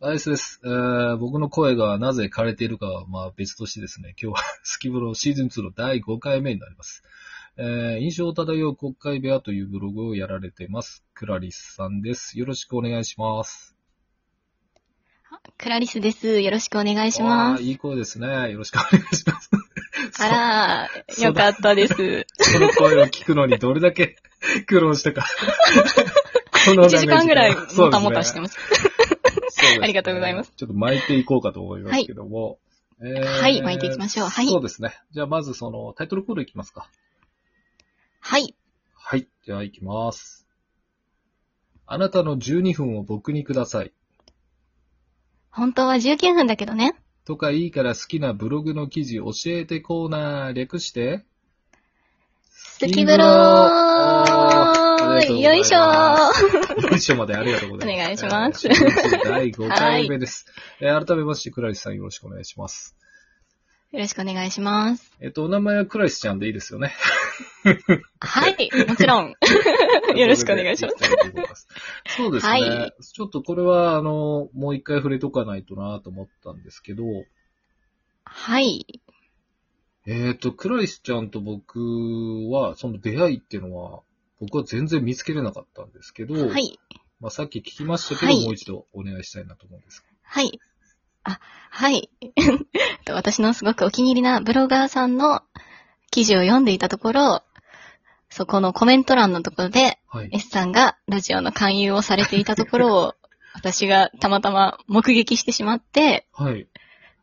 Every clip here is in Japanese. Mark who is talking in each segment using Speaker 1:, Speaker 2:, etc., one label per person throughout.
Speaker 1: ナイスです。えー、僕の声がなぜ枯れているかは、まあ別としてですね、今日は スキブロシーズン2の第5回目になります。えー、印象漂う国会部屋というブログをやられてます。クラリスさんです。よろしくお願いします。
Speaker 2: クラリスです。よろしくお願い
Speaker 1: お
Speaker 2: します。
Speaker 1: いい声ですね。よろしくお願いします。
Speaker 2: あらー
Speaker 1: そう
Speaker 2: よかったです。
Speaker 1: そその声を聞くのにどれだけ苦労した か。この
Speaker 2: 1
Speaker 1: 長
Speaker 2: 時間ぐらいも
Speaker 1: そうで
Speaker 2: た
Speaker 1: すね
Speaker 2: もたしてます。
Speaker 1: そうですね
Speaker 2: ありがとうございます。
Speaker 1: ちょっと巻いていこうかと思いますけども。えー
Speaker 2: はい巻いていきましょうはい
Speaker 1: そうですね。じゃあまずそのタイトルコールいきますか。
Speaker 2: はい。
Speaker 1: はい。では行きます。あなたの12分を僕にください。
Speaker 2: 本当は19分だけどね。
Speaker 1: とかいいから好きなブログの記事教えてコーナー略 して。ス
Speaker 2: スキブローよいしょー
Speaker 1: 文章までありがとうございます。
Speaker 2: お願いします
Speaker 1: えーシーズン2第5回目です。えー改めまして、クラリスさんよろしくお願いします。
Speaker 2: よろしくお願いします。
Speaker 1: えっ、と、お名前はクラリスちゃんでいいですよね。
Speaker 2: はい。もちろ ん。 よろしくお願いします
Speaker 1: ということで。行きたいと思います そうですね、
Speaker 2: はい
Speaker 1: ちょっとこれは、あの、もう一回触れとかないとなと思ったんですけど、
Speaker 2: はい。
Speaker 1: えっ、と、クラリスちゃんと僕は、その出会いっていうのは、僕は全然見つけれなかったんですけど、
Speaker 2: はい。
Speaker 1: まあ、さっき聞きましたけど、
Speaker 2: はい
Speaker 1: もう一度お願いしたいなと思うんです。
Speaker 2: はい。あ、はい。 と私のすごくお気に入りなブロガーさんの記事を読んでいたところ、そこのコメント欄のところで、
Speaker 1: はい。
Speaker 2: S さんがラジオの勧誘をされていたところ を、私がたまたま目撃してしまって、
Speaker 1: はい。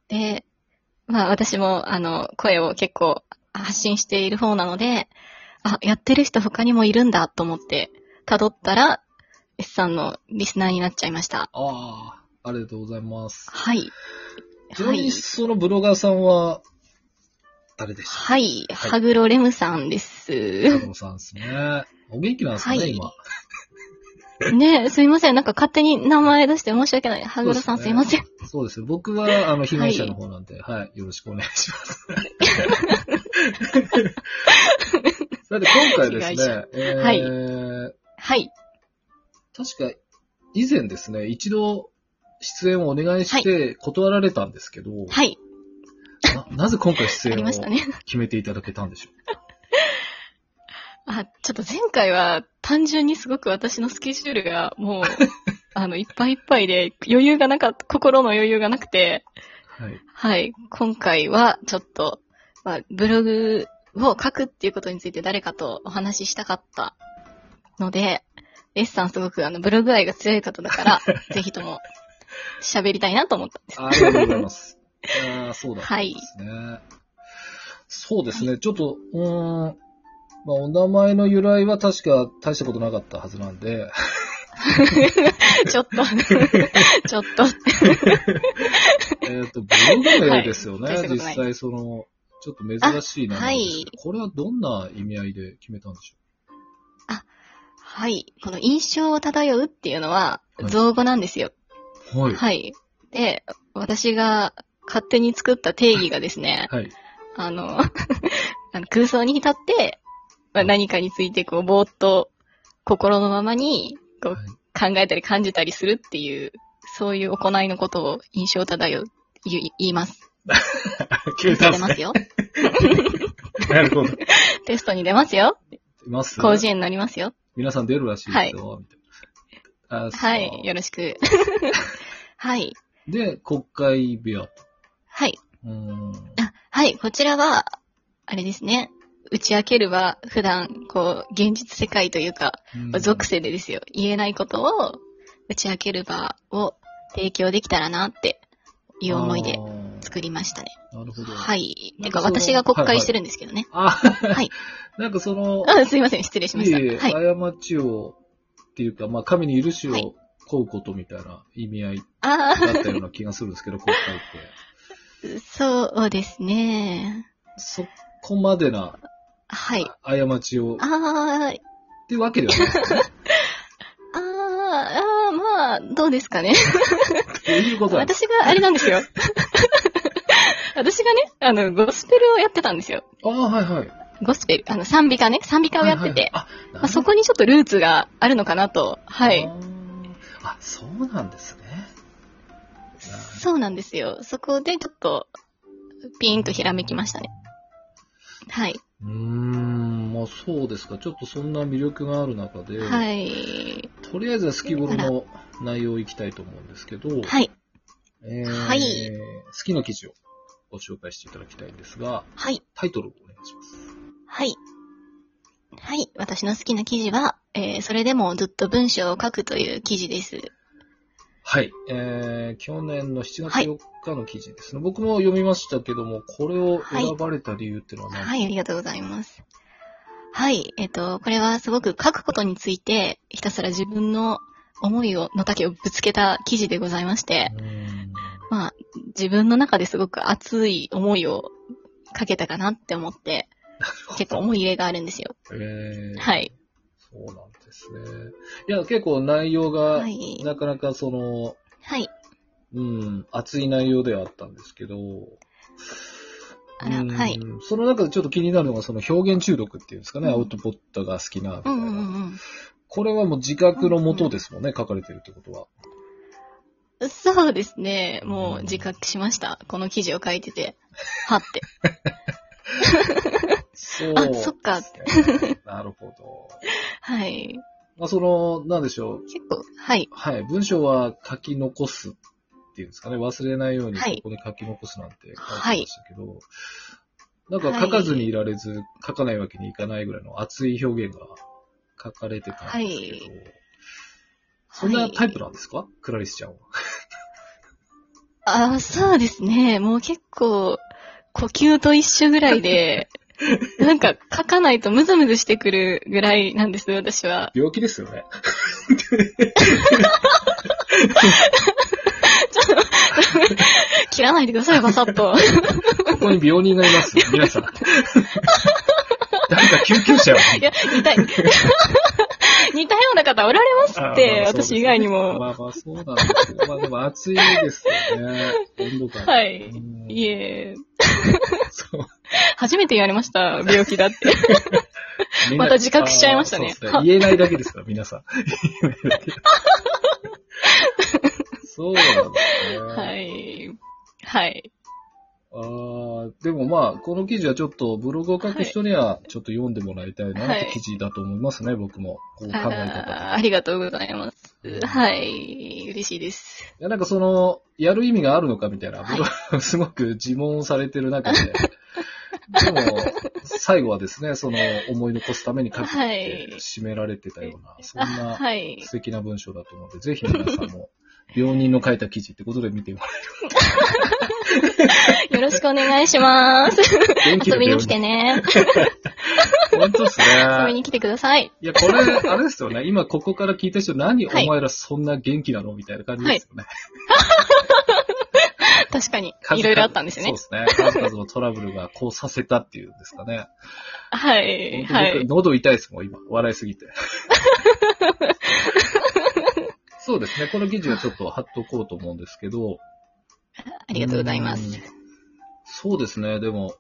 Speaker 2: で、まあ私も、あの、声を結構発信している方なので、あ、やってる人他にもいるんだと思って、辿ったら、S さんのリスナーになっちゃいました。
Speaker 1: ああ、ありがとうございます。
Speaker 2: はい。
Speaker 1: ちな
Speaker 2: は
Speaker 1: みに、
Speaker 2: い。
Speaker 1: そのブロガーさんは、誰でした
Speaker 2: はい。ハグロレムさんです。
Speaker 1: 加藤さんですね。お元気なんですかね、
Speaker 2: はい
Speaker 1: 今。
Speaker 2: ねえすいません。なんか勝手に名前出して申し訳ない。ハグロさん
Speaker 1: そうですすね
Speaker 2: いません。
Speaker 1: そうですね。僕は、あの、被害者の方なんで、はい、よろしくお願い します。だって今回で
Speaker 2: 被害
Speaker 1: すね
Speaker 2: 者、
Speaker 1: えー
Speaker 2: はいはい。
Speaker 1: 確か、以前ですね、一度、出演をお願いして断られたんですけど、
Speaker 2: はい。
Speaker 1: ななぜ今回出
Speaker 2: あり
Speaker 1: 演を
Speaker 2: ましたね。
Speaker 1: 決めていただけたんでしょ
Speaker 2: あ、ちょっと前回は単純にすごく私のスケジュールが もう、あの、いっぱいいっぱいで余裕がなかった、心の余裕がなくて、
Speaker 1: う。はい。
Speaker 2: はい、今回はちょっと、まあ、ブログを書くっていうことについて誰かとお話ししたかったので、S さんすごくあの、ブログ愛が強い方だ から、ぜひとも喋りたいなと思ったんです。
Speaker 1: ありがとうござい ます。ああ、そうだったんですね。そうですね、ちょっと、うーん、まあ、お名前の由来は確か大したことなかったはずな んで、
Speaker 2: ちょっ と、ちょっと、
Speaker 1: えっと、ブログ名ですよ
Speaker 2: は
Speaker 1: ね、
Speaker 2: い大したこと
Speaker 1: 実
Speaker 2: ない
Speaker 1: 際その、ちょっと珍しい名前ですけど、
Speaker 2: あはい
Speaker 1: これはどんな意味合いで決めたんでしょ
Speaker 2: はい、この印象を漂うっていうのは
Speaker 1: はい
Speaker 2: 造語なんですよ。
Speaker 1: うはい。
Speaker 2: はい。で、私が勝手に作った定義がですね、
Speaker 1: はい。
Speaker 2: あの、 あの空想に浸って、まあ、何かについてこう、ぼーっと心のままにこう
Speaker 1: はい
Speaker 2: 考えたり感じたりするっていう、そういう行いのことを印象漂う、言い言います。
Speaker 1: 決め
Speaker 2: テ
Speaker 1: た
Speaker 2: スト出
Speaker 1: んです
Speaker 2: ま
Speaker 1: ね。
Speaker 2: すよ。
Speaker 1: なるほど。い
Speaker 2: テストに出ますよ。
Speaker 1: ます
Speaker 2: 甲子園になりますよ。
Speaker 1: 皆さん出るらしいですよ、みたいな。あ
Speaker 2: は
Speaker 1: そう
Speaker 2: い。よろしく。 はい。
Speaker 1: で、国会部屋と。
Speaker 2: はい。
Speaker 1: うーん。
Speaker 2: あはい、こちらは、あれですね。打ち明けるは、普段、こう、現実世界というか、
Speaker 1: うん
Speaker 2: 属性でですよ。言えないことを、打ち明ける場を提供できたらなっていう思いで
Speaker 1: あー
Speaker 2: 作りましたね。
Speaker 1: なるほど。い。
Speaker 2: はい。
Speaker 1: な
Speaker 2: て
Speaker 1: んか
Speaker 2: か、
Speaker 1: その
Speaker 2: 私が国会してるんですけどね。。
Speaker 1: あ、はい なんかその、
Speaker 2: あ すいません、失礼しま
Speaker 1: い
Speaker 2: した。
Speaker 1: えいえ
Speaker 2: はい。
Speaker 1: 過ちを、っていうか、まあ、神に許しを
Speaker 2: はい
Speaker 1: 請うことみたいな意味合い
Speaker 2: あ
Speaker 1: だったような気がするんですけど、国会 って。
Speaker 2: あ、そうですね。
Speaker 1: そこまでな、
Speaker 2: はい。
Speaker 1: あ過ちを、っ
Speaker 2: ああ、
Speaker 1: てわけではないですね。
Speaker 2: ああ、ああまあ、どうですかね。
Speaker 1: ということなんです。
Speaker 2: 私が、あれなん ですよ。私がね、あの、ゴスペルをやってたんですよ。
Speaker 1: ああ、はいはい。
Speaker 2: ゴスペル、あの、賛美歌ね、賛美歌をやってて、
Speaker 1: はいはい
Speaker 2: まあ、そこにちょっとルーツがあるのかなと、は。
Speaker 1: あ
Speaker 2: い
Speaker 1: なるほ。どあーあ、そうなんですね。ですね。
Speaker 2: そうなんですよ。そこでちょっと、ピーンとひらめきましたね。はい。
Speaker 1: うーん、まあそうですか。ちょっとそんな魅力がある中で、
Speaker 2: はい。
Speaker 1: とりあえずはスキボロの内容いきたいと思うんですけど、
Speaker 2: はい。
Speaker 1: えー
Speaker 2: はい
Speaker 1: 好きの記事をご紹介していただきたいんですが、
Speaker 2: はい。
Speaker 1: タイトルをお願いします。
Speaker 2: はい。はい。私の好きな記事は、えー、それでもずっと文章を書くという記事です。
Speaker 1: はい。えー、去年の7月
Speaker 2: はい
Speaker 1: 4日の記事ですね。僕も読みましたけども、これを選ばれた理由っていうのは何、
Speaker 2: はい、ありがとうございます。はい、えっ、と、これはすごく書くことについて、ひたすら自分の思いを、の丈をぶつけた記事でございまして、
Speaker 1: うーん
Speaker 2: まあ、自分の中ですごく熱い思いをかけたかなって思って、結構思い入れがあるんですよ。
Speaker 1: えー、
Speaker 2: はい。
Speaker 1: そうなんですね。いや、結構内容が
Speaker 2: は、い。
Speaker 1: なかなかその、
Speaker 2: はい。
Speaker 1: うん、熱い内容ではあったんですけど、
Speaker 2: あら
Speaker 1: うん
Speaker 2: はい。
Speaker 1: その中でちょっと気になるのが、その表現中毒っていうんですかね、
Speaker 2: うん
Speaker 1: アウトポットが好きなみた
Speaker 2: う
Speaker 1: い
Speaker 2: ん
Speaker 1: な、
Speaker 2: うん
Speaker 1: これはもう自覚のもとですもんね、書かれてるってことは。
Speaker 2: うん。そうですね。もう自覚しました。この記事を書いてて。はって。
Speaker 1: そう、
Speaker 2: あそっか。
Speaker 1: なるほど。
Speaker 2: はい。
Speaker 1: まあ、その、なんでしょう。
Speaker 2: 結構、はい。
Speaker 1: はい。文章は書き残すっていうんですかね。忘れないように
Speaker 2: はい
Speaker 1: ここに書き残すなんて書いて
Speaker 2: は
Speaker 1: ま
Speaker 2: い
Speaker 1: したけど、なんか書かずにいられず、書かないわけにいかないぐらいの熱い表現が書かれてたんですけど、そんなタイプなんですか、クラリスちゃんは。
Speaker 2: あーそうですね。もう結構、呼吸と一緒ぐらいで、 なんか書かないとムズムズしてくるぐらいなんです、私は。
Speaker 1: 病気ですよね。
Speaker 2: 切らないでください、バサッ と。
Speaker 1: ここに病人がいます。皆さん。誰か救急車を。
Speaker 2: いや、似たい。似たような方おられます
Speaker 1: あ
Speaker 2: っ
Speaker 1: ー
Speaker 2: て、
Speaker 1: まあそうです
Speaker 2: 私以外にも。
Speaker 1: まあまあ、そうなんですよ。まあでも暑いですよね。温度感。
Speaker 2: は
Speaker 1: う
Speaker 2: い。
Speaker 1: ん
Speaker 2: いえ、
Speaker 1: そう。
Speaker 2: 初めて言われま した、病気だって。
Speaker 1: みん な
Speaker 2: また自覚しちゃいましたね
Speaker 1: あーそうです言えないだけですから、皆さん。 言えないだけ。そうなんですね。
Speaker 2: はい。はい。
Speaker 1: あーでもまあ、この記事はちょっとブログを書く人にはちょっと読んでもらいたいなっ
Speaker 2: は
Speaker 1: て
Speaker 2: い
Speaker 1: 記事だと思いますね、僕も。こう考え方と
Speaker 2: あー
Speaker 1: か。
Speaker 2: ありがとうございます
Speaker 1: うん。
Speaker 2: はい。嬉しいです。
Speaker 1: いや、なんかその、やる意味があるのかみたいな、
Speaker 2: はい
Speaker 1: 僕はすごく自問されてる中で、でも、最後はですね、その、思い残すために書くっ
Speaker 2: は
Speaker 1: て
Speaker 2: い
Speaker 1: 締められてたような、そん
Speaker 2: あ
Speaker 1: な
Speaker 2: はい。
Speaker 1: 素敵な文章だと思うので、ぜひ皆さんも、病人の書いた記事ってことで見てもら
Speaker 2: よろしくお願いし ます。
Speaker 1: え元気
Speaker 2: 遊
Speaker 1: で
Speaker 2: びに
Speaker 1: 病
Speaker 2: 来
Speaker 1: 人。
Speaker 2: てね。
Speaker 1: 本 当です
Speaker 2: 遊び
Speaker 1: ね。
Speaker 2: に来てください。
Speaker 1: いや、これ、あれですよね。今ここから聞いた人、何お
Speaker 2: はい
Speaker 1: 前らそんな元気なのみたいな感じですよね。
Speaker 2: 確かに
Speaker 1: 数、々
Speaker 2: いろいろあったんですよね。
Speaker 1: そうですね。数々のトラブルがこうさせたっていうんですかね。
Speaker 2: はい。
Speaker 1: 本当
Speaker 2: は
Speaker 1: 僕
Speaker 2: い。
Speaker 1: 喉痛いですもん、今。笑いす ぎて。そうですね。この記事はちょっと貼っとこうと思うんですけど。
Speaker 2: ありがとうございま
Speaker 1: うん
Speaker 2: す。。
Speaker 1: そうですね。でも、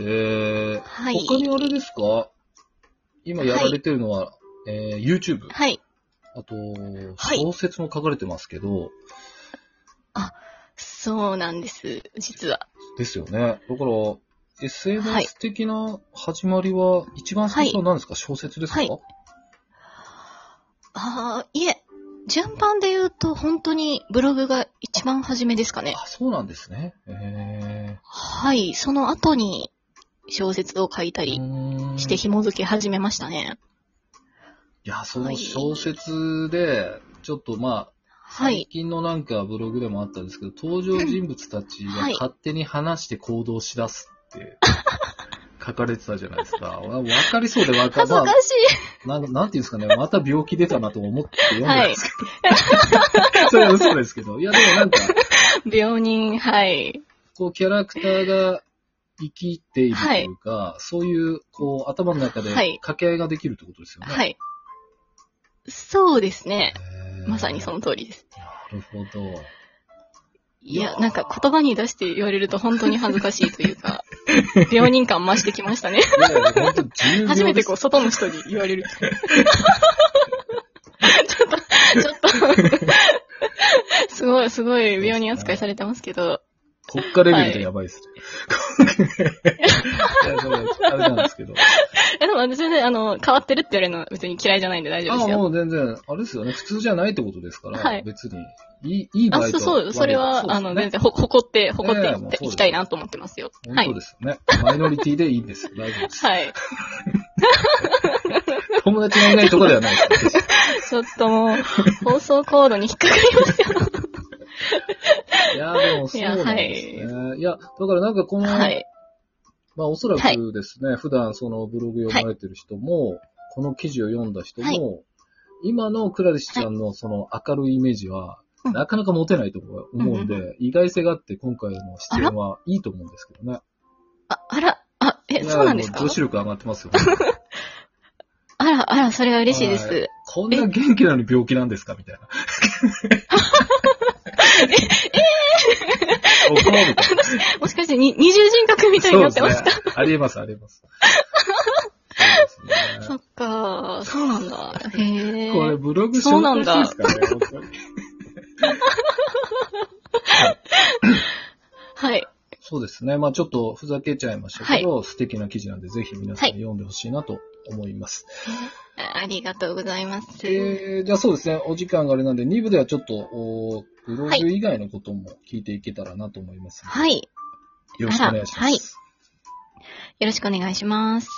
Speaker 1: えー、
Speaker 2: はい。
Speaker 1: 他にあれですか今やられてるのは、えー、YouTube、
Speaker 2: はい。
Speaker 1: あと、
Speaker 2: はい
Speaker 1: 小説も書かれてますけど、
Speaker 2: そうなんです、実は。
Speaker 1: ですよね。だから、SNS 的な始まりは、一番最初は何ですか、小説ですか、
Speaker 2: はいああ、いえ、順番で言うと、本当にブログが一番初めですかね。
Speaker 1: あ、そうなんですね。えー。
Speaker 2: はい。その後に、小説を書いたりし
Speaker 1: して
Speaker 2: 紐づけ始めましたね。
Speaker 1: いや、その小説で、ちょっとまあ、
Speaker 2: は
Speaker 1: 最
Speaker 2: い。
Speaker 1: 近のなんかブログでもあったんですけど、登場人物たちが
Speaker 2: はい
Speaker 1: 勝手に話して行動しだすって書かれてたじゃないですか。 わわかりそうでわか
Speaker 2: 恥ず
Speaker 1: ま
Speaker 2: か
Speaker 1: あ
Speaker 2: し
Speaker 1: なん、なんていうんですかね、また病気出たなと思って読んだんですけど。 それは嘘ですけど。いや、でもなんか、
Speaker 2: い。病人、はい。
Speaker 1: こう、キャラクターが生きているというか、そういう、こう、頭の中で
Speaker 2: はい
Speaker 1: 掛け合いができるってことですよね。
Speaker 2: はい。そうですね。
Speaker 1: へー
Speaker 2: まさにその通りです。
Speaker 1: なるほど。
Speaker 2: いや、なんか言葉に出して言われると本当に恥ずかしいというか、病人感増してきましたね。
Speaker 1: いやいや、本当重
Speaker 2: 初
Speaker 1: 要
Speaker 2: め
Speaker 1: で
Speaker 2: て
Speaker 1: す
Speaker 2: こう、。外の人に言われる。ち ょっと、ちょっと、すごい、はすごい病人扱いされてますけど、
Speaker 1: 国家レベルでやばいですね。いや、そうですあれなんですけど。
Speaker 2: え、でも私はね、あの、変わってるって言われるのは別に嫌いじゃないんで大丈夫
Speaker 1: あ
Speaker 2: ですよ。
Speaker 1: もう全然、あれですよね。普通じゃないってことですから、
Speaker 2: はい
Speaker 1: 別に。いい、いい
Speaker 2: あ
Speaker 1: 場合と
Speaker 2: そうそう、それは、あの、全然、ほ、誇って、誇っていっていきたいなと思ってますよ。は
Speaker 1: 本当
Speaker 2: い。
Speaker 1: ですよね。マイノリティでいいんですよ。大丈夫です。
Speaker 2: はい。
Speaker 1: 友達がいないとこではないです。
Speaker 2: ちょっとも う、放送コードに引っかかりますよ。
Speaker 1: いや、でもそうなんですね。い
Speaker 2: い
Speaker 1: や、だからなんかこの、
Speaker 2: はい。
Speaker 1: まあおそら
Speaker 2: はい
Speaker 1: くですね、普段そのブログ読まれてる人も、この記事を読んだ人も、
Speaker 2: は
Speaker 1: 今のクラリスちゃんのその明るいイメージは、
Speaker 2: うん
Speaker 1: なかなか持てないと思う思うんで、意外性があって今回の出演はいいと思うんですけどね。
Speaker 2: あ、あら、あ、え、そうなんです
Speaker 1: いや
Speaker 2: か
Speaker 1: もう女子力上がってま すよ。
Speaker 2: あら、あら、それは嬉しいです。
Speaker 1: こんな元気なのに病気なんですかみたいな。え、え怒られた。
Speaker 2: もしかして、に二重人格みたいになってました。
Speaker 1: そうですね。ありえます、ありえ ます。そうですね
Speaker 2: そっかそうなんだ。へえ。
Speaker 1: これブログ
Speaker 2: そうなん
Speaker 1: 紹介
Speaker 2: だ
Speaker 1: していいですかね本当に
Speaker 2: はい。
Speaker 1: そうですね。まあちょっとふざけちゃいましたけど、素敵な記事なんで、ぜひ皆さん
Speaker 2: はい
Speaker 1: 読んでほしいなと思います。
Speaker 2: あありがとうございます。
Speaker 1: えー、じゃあそうですね。お時間があれなんで、2部ではちょっと、おブログ以外のことも聞いていけたらなと思いますので、
Speaker 2: はい。
Speaker 1: よろしくお願いします。
Speaker 2: あらはいよろしくお願いします。